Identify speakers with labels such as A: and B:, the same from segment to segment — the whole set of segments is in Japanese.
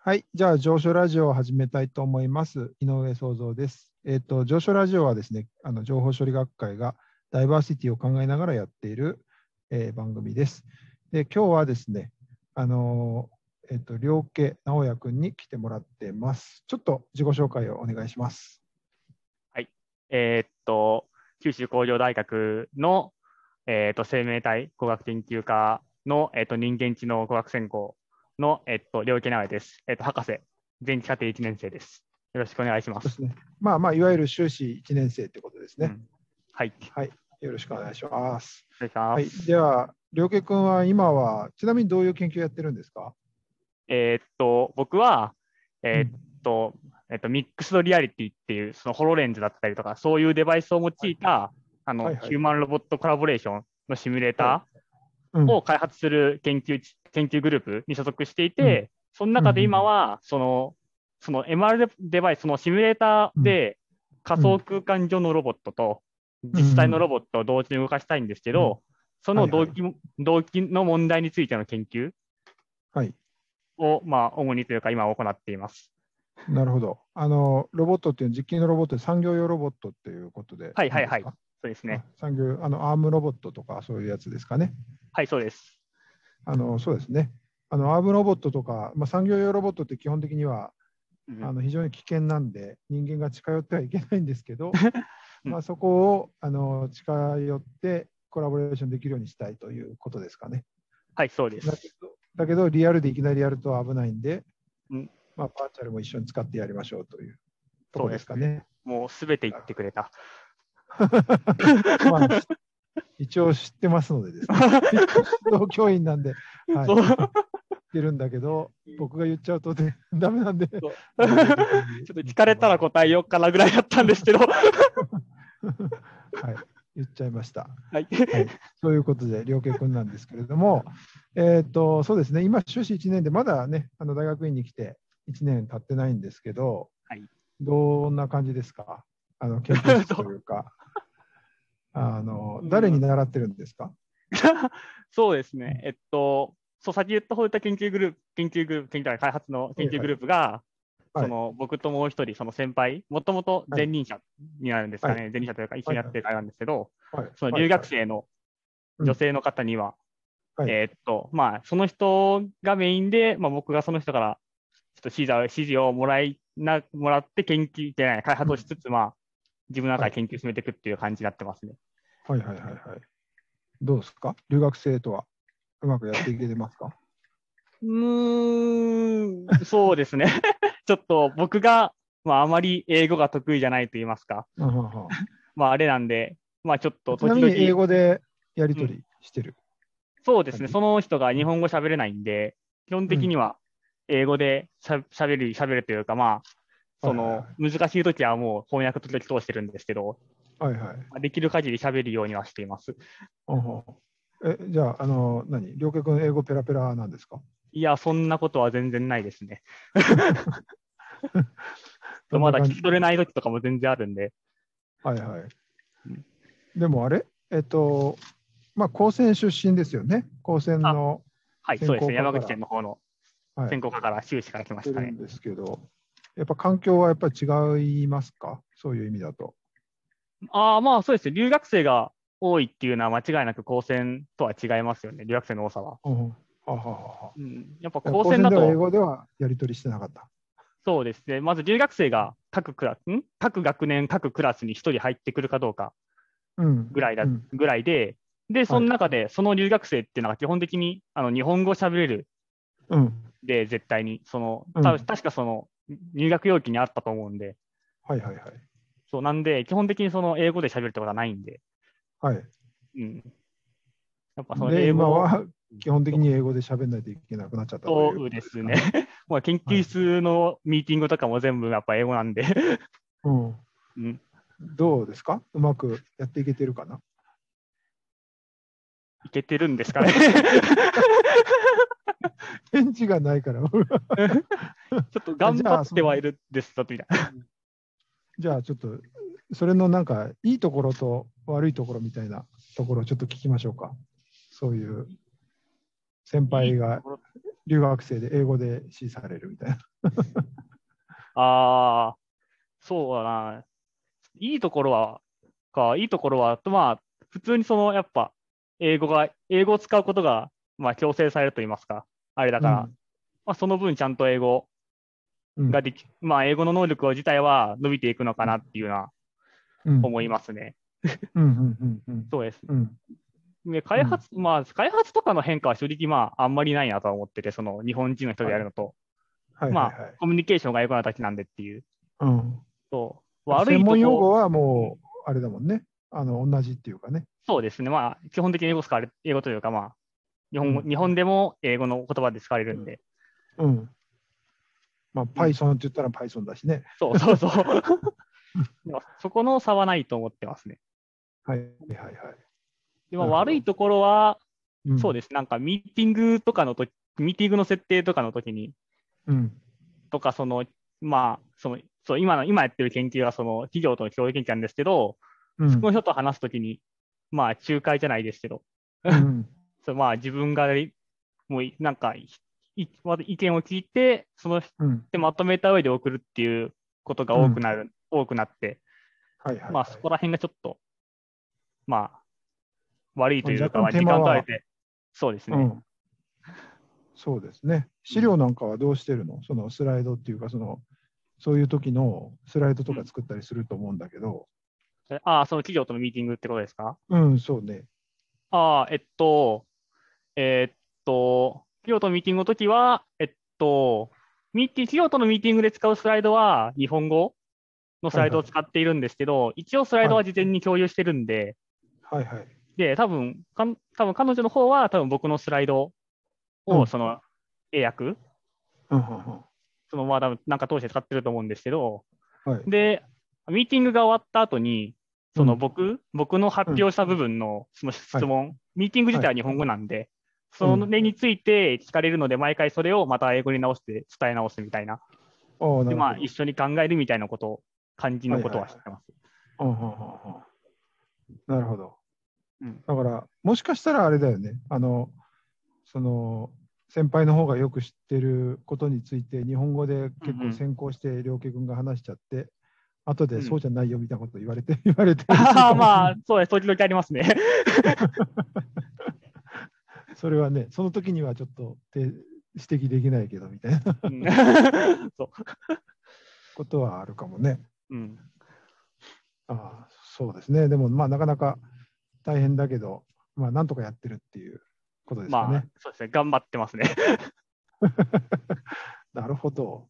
A: はい、じゃあ上昇ラジオを始めたいと思います。井上創造です。えっ、ー、と上昇ラジオはですね、あの情報処理学会がダイバーシティを考えながらやっている、えー、番組です。で今日はですね、あのえっ、ー、と両家直也くんに来てもらってます。ちょっと自己紹介をお願いします。
B: はい、えー、っと九州工業大学のえっと生命体工学研究科のえっと人間知能工学専攻の、えっと、領域長です。えっと、博士、前期課程1年生です。よろしくお願いします。
A: すね、まあまあ、いわゆる修士1年生ってことですね、うん、
B: はい。
A: はい。よろしくお願いします。
B: お願いします。
A: はい、では、領家君は今は、ちなみにどういう研究やってるんですか
B: えー、っと、僕は、えー、っと、うん、えっと、ミックスドリアリティっていう、そのホロレンズだったりとか、そういうデバイスを用いた、はい、あの、はいはい、ヒューマンロボットコラボレーションのシミュレーター、はいを開発する研究研究グループに所属していて、うん、その中で今はその、その MR デバイス、そのシミュレーターで仮想空間上のロボットと実際のロボットを同時に動かしたいんですけど、その動機,、動機の問題についての研究を、まあ、主にというか、今行っています。
A: なるほど。あのロボットっていう実験のロボットで産業用ロボットっていうことで。
B: はいはいはい。そうですね。
A: 産業あのアームロボットとかそういうやつですかね。
B: はい、そうです。
A: あのそうですね。あのアームロボットとか、まあ、産業用ロボットって基本的には、うん、あの非常に危険なんで人間が近寄ってはいけないんです けど、まあそこをあの近寄ってコラボレーションできるようにしたいということですかね。
B: はい、そうです。
A: だけどだけどリアルでいきなりやると危ないんで、うん、まあ、バーチャルも一緒に使ってやりましょうというとこですかね。ね
B: もうすべて言ってくれた。
A: まあ、一応知ってますので ですね。指導教員なんで、はい、そう言ってるんだけど、僕が言っちゃうとね、 ダメなんで。ちょっ、
B: と 聞かれたら答えようかなぐらいだったんですけ ど。はい
A: 言っちゃいました。はい。はい、そういうことで、良家君なんですけれども、えっ、ー、と、そうですね、今、修士1年で、まだね、あの大学院に来て1年経ってないんですけど、はい、どんな感じですかあの、研究室という か。あの、誰に習ってるんですか、
B: うん、 そうですね、えっと、そう先言った方言った研究グループ、研究グループ、研究開発の研究グループが、はいはい、その僕ともう一人、その先輩、もともと前任者になるんですかね、はい、前任者というか、一緒にやってる会なんですけど、はいはい、その留学生の女性の方には、はいはい、えー、っと、まあ、その人がメインで、まあ、僕がその人から、ちょっと指示指示をもらいな、もらって研究、じゃない、開発をしつつ、まあ、うん自分の中で研究進めていくっていう感じになってますね。
A: はいはいはいはい。どうですか留学生とはうまくやっていけてますか
B: うーん、そうですね。 ちょっと僕が、まあ、あまり英語が得意じゃないと言いますか。うん、はんはんまあ、あれなんで、まあ、ちょっと
A: 時々。英語でやり取りしてる、
B: うん、そうですね。その人が日本語喋れないんで、基本的には英語でしゃべる、喋るというか、まあ、その難しい時はもう翻訳時々通してるんですけど、
A: はいはい、
B: できる限り喋るようにはしています。
A: おおえじゃあ、あの何、両家君、英語ペラペラなんですか
B: いや、そんなことは全然ないですね。まだ聞き取れない時とかも全然あるんで。
A: はいはい。でもあれ、えっと、まあ、高専出身ですよね、高専の。
B: はい、そうですね、山口県の方の専攻科から、修士から来ましたね。
A: はい、ですけどやっぱ環境はやっぱり違いますか、そういう意味だと。
B: ああ、まあそうですね、留学生が多いっていうのは間違いなく高専とは違いますよね、留学生の多さは。うん
A: はははうん、
B: やっぱ高専だと。
A: 英語ではやり取りしてなかった。
B: そうですね、まず留学生が各クラス、ん各学年、各クラスに1人入ってくるかどうかぐらいだ、うん、ぐらいで、で、その中で、その留学生っていうのが基本的にあの日本語喋れる。うんで、絶対に、その、た確かその、入学要期にあったと思うんで、
A: はいはいはい。
B: そうなんで、基本的にその英語で喋るってことはないんで、
A: はい。
B: うん。やっぱその英
A: 語は基本的に英語で喋らないといけなくなっちゃった
B: そうですね。まあ研究室のミーティングとかも全部やっぱ英語なんで
A: うん。うん。どうですかうまくやっていけてるかない
B: けてるんです かね
A: 返事がないから ちょ
B: っと頑張ってはいるですだとみたいな。
A: じゃあちょっと、それのなんか、いいところと悪いところみたいなところをちょっと聞きましょうか。そういう先輩が留学生で英語で指示されるみたいな。
B: ああ、そうだな。いいところは、か、いいところは、まあ、普通にその、やっぱ、英語が、英語を使うことが、まあ、強制されると言いますか、あれだから、
A: うん
B: まあ、その分、ちゃんと英語
A: うん
B: ができ、まあ、英語の能力自体は伸びていくのかなっていうのは
A: うん
B: 思いますね。
A: うんうんうんうん
B: そうです。
A: うん
B: で、開発、まあ、開発とかの変化は正直、まあ、あんまりないなとは思ってて、その、日本人の人がやるのと、
A: はい
B: ま
A: は
B: あ
A: いはい
B: コミュニケーションが英語なだけなんでっていう。
A: うん
B: そう。悪い
A: 専
B: と
A: 門用語
B: こ、
A: はもう、あれだもんね。あの、同じっていうかね。
B: そうですね。まあ、基本的に英語使われ、英語というか、まあ、日本語、
A: うん
B: 日本でも英語の言葉で使われるんで、
A: うん。まあ、Python って言ったら Python だしね。
B: そうそう そう。でもそこの差はないと思ってますね。
A: はいはいはい。
B: でも
A: なるほど
B: 悪いところは、
A: うん
B: そうです。なんかミーティングとかのとき、ミーティングの設定とかの時に、
A: うん。
B: とか、その、まあ、その、そう、今の、今やってる研究は、その、企業との共有研究なんですけど、
A: うん
B: その人と話すときに、まあ、仲介じゃないですけど、
A: うん
B: そうまあ、自分が、もうい、なんか、いいまず意見を聞いて、その、
A: うん
B: でまとめた上で送るっていうことが多くなる、多くなって、
A: はいはいはい。
B: まあ、そこら辺がちょっと、まあ、悪いというか、
A: ま
B: ま
A: あ
B: あ
A: 若干
B: 時間
A: 手間
B: か
A: は
B: けて、そうですね。
A: うんそうですね。資料なんかはどうしてるのそのスライドっていうか、その、そういう時のスライドとか作ったりすると思うんだけど、
B: ああ、その企業とのミーティングってことですか
A: うん、そうね。
B: ああ、えっと、えっと、企業とのミーティングの時は、えっと、ミーティング、企業とのミーティングで使うスライドは日本語のスライドを使っているんですけど、一応スライドは事前に共有してるんで、
A: はいはい。
B: で、多分かん多分彼女の方は、多分僕のスライド
A: う
B: を、
A: ん
B: その、英訳、
A: うんうん
B: そのまあ多分なんか通して使ってると思うんですけど、
A: うんはい。
B: で、ミーティングが終わった後に、その僕、僕の発表した部分のその質問、ミーティング自体は日本語なんで、その例について聞かれるので、毎回それをまた英語に直して伝え直すみたいな、
A: ああ、なるほ
B: で
A: ど。
B: まあ、一緒に考えるみたいなことを、肝心のことは知ってます。
A: うんうんうんうんなるほど。
B: うん
A: だから、もしかしたらあれだよね。あの、その、先輩の方がよく知ってることについて、日本語で結
B: うんう
A: 構
B: ん
A: 先行して、良家君が話しちゃって、後
B: う
A: で
B: ん
A: そうじゃないよみたいなこと言われて、 言われて、
B: ああ まあ、そうです、時々ありますね。
A: それはね、その時にはちょっとて指摘できないけどみたいな
B: うんそ
A: ことはあるかもね。
B: ううん
A: ああそうですね。でも、まあ、なかなか大変だけど、まあ、なんとかやってるっていうことですかね。
B: まあ、そうですね、頑張ってますね。
A: なるほど。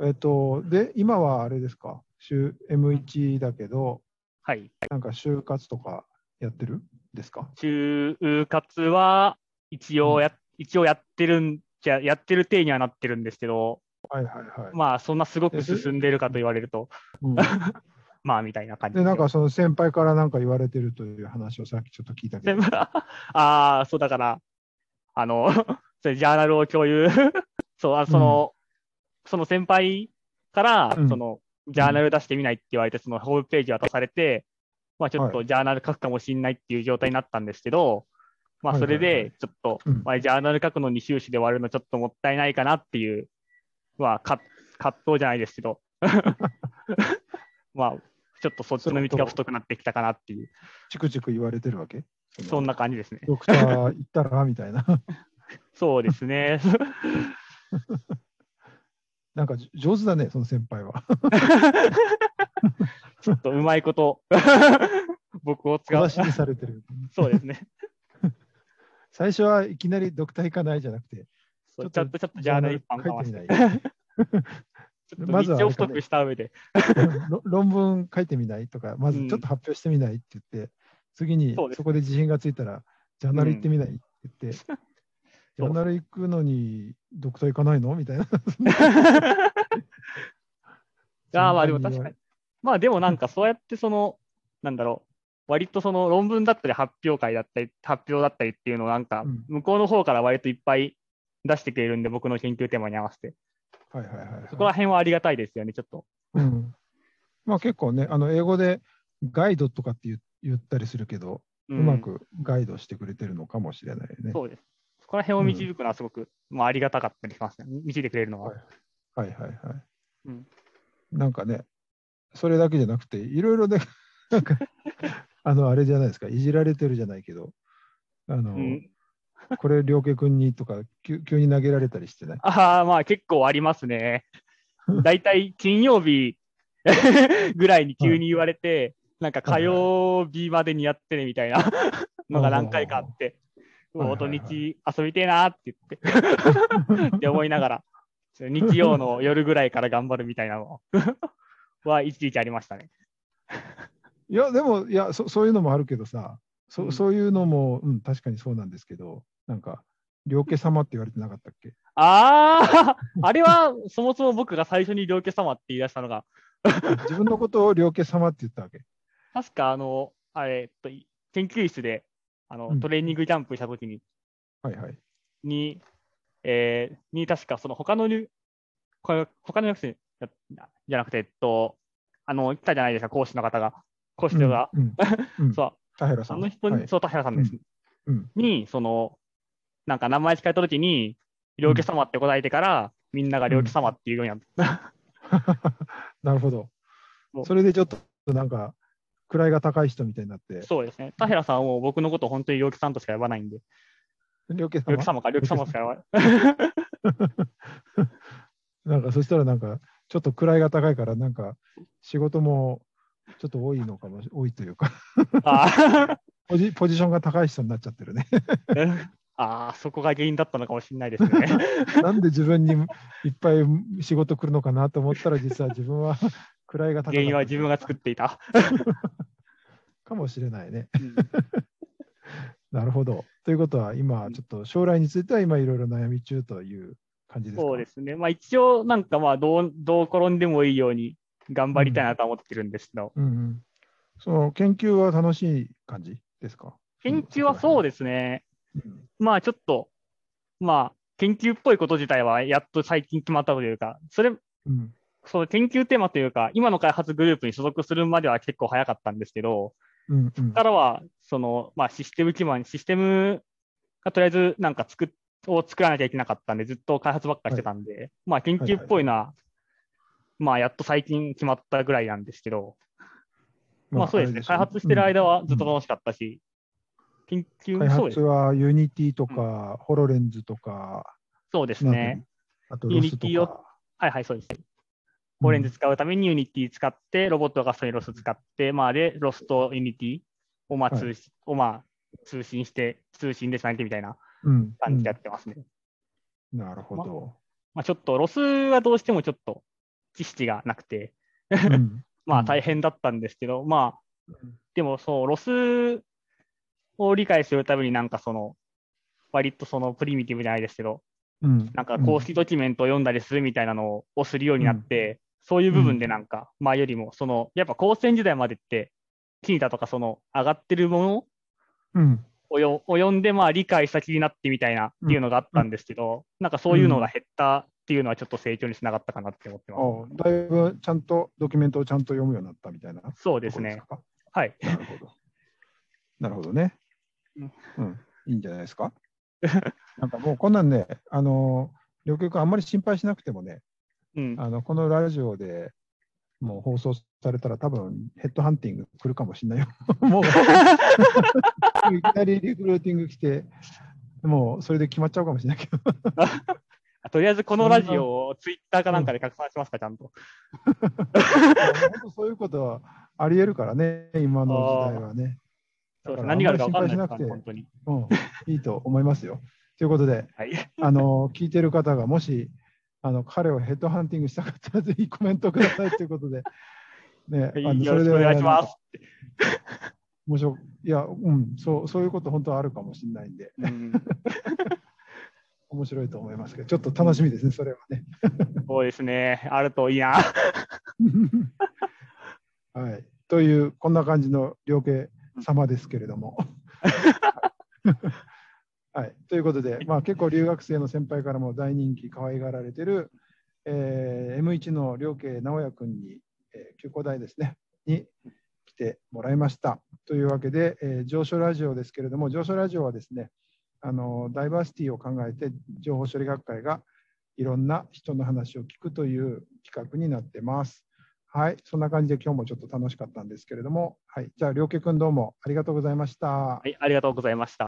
A: えっと、で、今はあれですか、週 M1 だけど、
B: はい。
A: なんか就活とかやってるんですか
B: 就活は一応や、一応やってるんじゃ、やってる体にはなってるんですけど、
A: はいはいはい。
B: まあ、そんなすご
A: え
B: く
A: それ
B: 進んでるかと言われると、
A: うん
B: まあ、みたいな感じ
A: で、なんかその先輩からなんか言われてるという話をさっきちょっと聞いたけ
B: で
A: ど、
B: まああ ー、そうだから、あの、 それジャーナルを共有、 そう、あその、その先輩から、
A: うん
B: その、ジャーナル出してみないって言われて、そのホームページ渡されて、まあ、ちょっ
A: は
B: とジャーナル書くかもしれないっていう状態になったんですけど、まあ、
A: はい
B: そ
A: はいは
B: れ
A: い
B: で、ちょっと、
A: うん
B: まあ、ジャーナル書くのに終始で終わるのちょっともったいないかなっていう、まあ、か葛藤じゃないですけど、 まあ、ちょっとそっちの道が太くなってきたかなっていう、
A: チクチク言われてるわけ
B: そんな感じですね。
A: ドクター行ったらみたいな。
B: そうですね。
A: なんかじ上手だね、その先輩は。
B: ちょっとうまいこと、 僕を使
A: 小
B: う
A: 出。しにされてる。
B: そうですね。
A: 最初はいきなりドクター行かないじゃなくて、
B: そうちょっと、ちょっとジャーナル一般化
A: 書
B: はいして
A: み
B: て、
A: ない。
B: ちょっと
A: まずは
B: 道を太くした上で、
A: ろ論文書いてみないとか、まずちょっと発表してみないって言って、次に
B: そうです
A: そこで自信がついたら、ジャーナル行ってみないって 言って、ジャーナル行くのに、ドクター行かないのみたいな。
B: ああ、まあでも確かに。。まあでもなんかそうやってその、なんだろう、割とその論文だったり発表会だったり、発表だったりっていうのをなんか
A: うん、
B: 向こうの方から割といっぱい出してくれるんで、僕の研究テーマに合わせて。
A: はいはいはい、はい。
B: そこら辺はありがたいですよね、ちょっと。
A: うんまあ結構ね、あの英語でガイドとかって言言ったりするけど、う
B: う
A: まくガイドしてくれてるのかもしれないね。
B: そうです。そこら辺を導くのはすごく、まあ、ありがたかったりしますね。導いてくれるのは。
A: はいはいはい。
B: うん
A: なんかね、それだけじゃなくて、いろいろね、 なんか、あの、あれじゃないですか、いじられてるじゃないけど、あの、
B: うん
A: これ、良家君にとか、急急に投げられたりしてね。
B: ああ、まあ結構ありま すね。だいたい金曜日 ぐらいに急に言われて、なんか火曜日までにやってねみたいなのが何回かあって、
A: はいはいはい
B: もう土日遊びてえなーって言って、って思いながら、日曜の夜ぐらいから頑張るみたいなのはいちいちありましたね。
A: いや、でも、いやそ、そういうのもあるけどさ、
B: う
A: そ
B: ん
A: そういうのも、うん、確かにそうなんですけど、なんか、良家様って言われてなかったっけ
B: ああ、あれはそもそも僕が最初に両家様って言い出したのが、
A: 自分のことを良家様って言ったわけ。
B: 確か、あの、あれ、えっとい研究室であの、
A: うん
B: トレーニングキャンプしたときに、
A: はいはい。
B: に、えーに、確か、その他の入、これ他の学生じゃじゃなくて、えっと、あの、言ったじゃないですか、講師の方が。講師の方が、
A: うん、うんうん
B: そう、
A: 田原さ
B: あ
A: ん。
B: の人に、
A: はい
B: そう、田原さんです、
A: うん
B: に、その、なんか名前使えたときに、両家様って答えてから、みんなが両家様っていうようになった。
A: なるほど
B: そ。う
A: それでちょっと、なんか、位が高い人みたいになって、
B: そうですね。田原さんを僕のこと本当に両家さんとしか呼ばないんで、
A: 良家様
B: 両家様か、両家様しか呼ば ない。
A: なんかそしたらなんかちょっと位が高いからなんか仕事もちょっと多いのかもし多いというか
B: あー
A: ポジポジションが高い人になっちゃって るね
B: ああ、そこが原因だったのかもしれないですね。
A: なんで自分にいっぱい仕事来るのかなと思ったら実は自分は 位が高
B: 原
A: い
B: 因は自分が作っていた。
A: かもしれないね
B: うん
A: なるほどということは今ちょっと将来については今いろいろ悩み中という感じですか
B: そうですね。まあ一応、なんかまあどう、どう転んでもいいように頑張りたいなとは思ってるんですけど、
A: うんうんその研究は楽しい感じですか、うん
B: 研究はそうですね。
A: うん
B: まあちょっと、まあ研究っぽいこと自体はやっと最近決まったというか、それ、
A: うん
B: その研究テーマというか、今の開発グループに所属するまでは結構早かったんですけど、
A: うんうん
B: からは、その、まあ、システム基盤、システムがとりあえずなんか作っを作らなきゃいけなかったんで、ずっと開発ばっかりしてたんで、まあ、研究っぽいのは、まあ、やっと最近決まったぐらいなんですけど、まあ、そうですね、開発してる間はずっと楽しかったし、研
A: 開
B: 究、そうで
A: 発
B: す
A: はユニティとか、ホロレンズとか、
B: そうです
A: なん
B: ね。
A: かあとロスとか。
B: Unity をはいはい、そうです。ホレンズ使うために Unity 使って、ロボットがそれにロス使って、まあ、で、ロスと Unity をまあ
A: はい
B: 通,、をまあ通信して、通信でつなげてみたいな
A: うん
B: 感じでやってますね。
A: うんなるほど。
B: まあ、ちょっとロスはどうしてもちょっと知識がなくて、
A: うん
B: ま
A: う
B: あ
A: ん
B: 大変だったんですけど、まあ
A: うん、
B: でもそう、ロスを理解するためになんかその、割とそのプリミティブじゃないですけど、
A: うん
B: なんか公式ドキュメントを読んだりするみたいなのをするようになって、そういう部分でなんか、まあよりも、その、やっぱ高専時代までって、キータとかその上がってるもの
A: うん
B: をよを読んで、まあ理解した気になってみたいなっていうのがあったんですけど、なんかそういうのが減ったっていうのはちょっと成長につながったかなって思ってます。
A: あだいぶちゃんとドキュメントをちゃんと読むようになったみたいな。
B: そうですね。
A: とこ
B: はい。
A: ろですか。なるほど。 なるほどね。
B: うん
A: うん、いいんじゃないですか。 なんかもうこんなんね、あの、両局あんまり心配しなくてもね、
B: うん。
A: あのこのラジオでもう放送されたら、多分ヘッドハンティング来るかもしれないよ。 もういきなりリクルーティング来て、もうそれで決まっちゃうかもしれないけど、
B: とりあえずこのラジオをツイッターかなんかで拡散しますか、ちゃんと。
A: 本当そういうことはありえるからね、今の時代はね。
B: そう
A: だか
B: です
A: ら
B: 何があるか分かんないです
A: あん
B: か
A: ま
B: ら、
A: り心配し
B: 本
A: なくて
B: 当に。
A: うん、いいと思います よ。ということで、
B: はい。
A: あの聞いてる方がもしあの彼をヘッドハンティングしたかったら、ぜひコメントくださいということ で。ね、あの
B: よろしくお願いします。。
A: 面白いいや、うん、そうそういうこと本当はあるかもしれないんで、
B: うん
A: 面白いと思いますけど、ちょっと楽しみですね、それは ね。
B: そうですね。あるといいな。
A: はい、という、こんな感じの両家様ですけれども。はい、ということで、まあ、結構留学生の先輩からも大人気、可愛がられてる、えー M1 の両家直哉君に、えー、休校大ですね、に来てもらいました。というわけで、えー上昇ラジオですけれども、上昇ラジオはですね、あのダイバーシティを考えて情報処理学会がいろんな人の話を聞くという企画になってます。はい、そんな感じで今日もちょっと楽しかったんですけれども、はい、じゃあ、良家君どうもありがとうございました。
B: はい、ありがとうございました。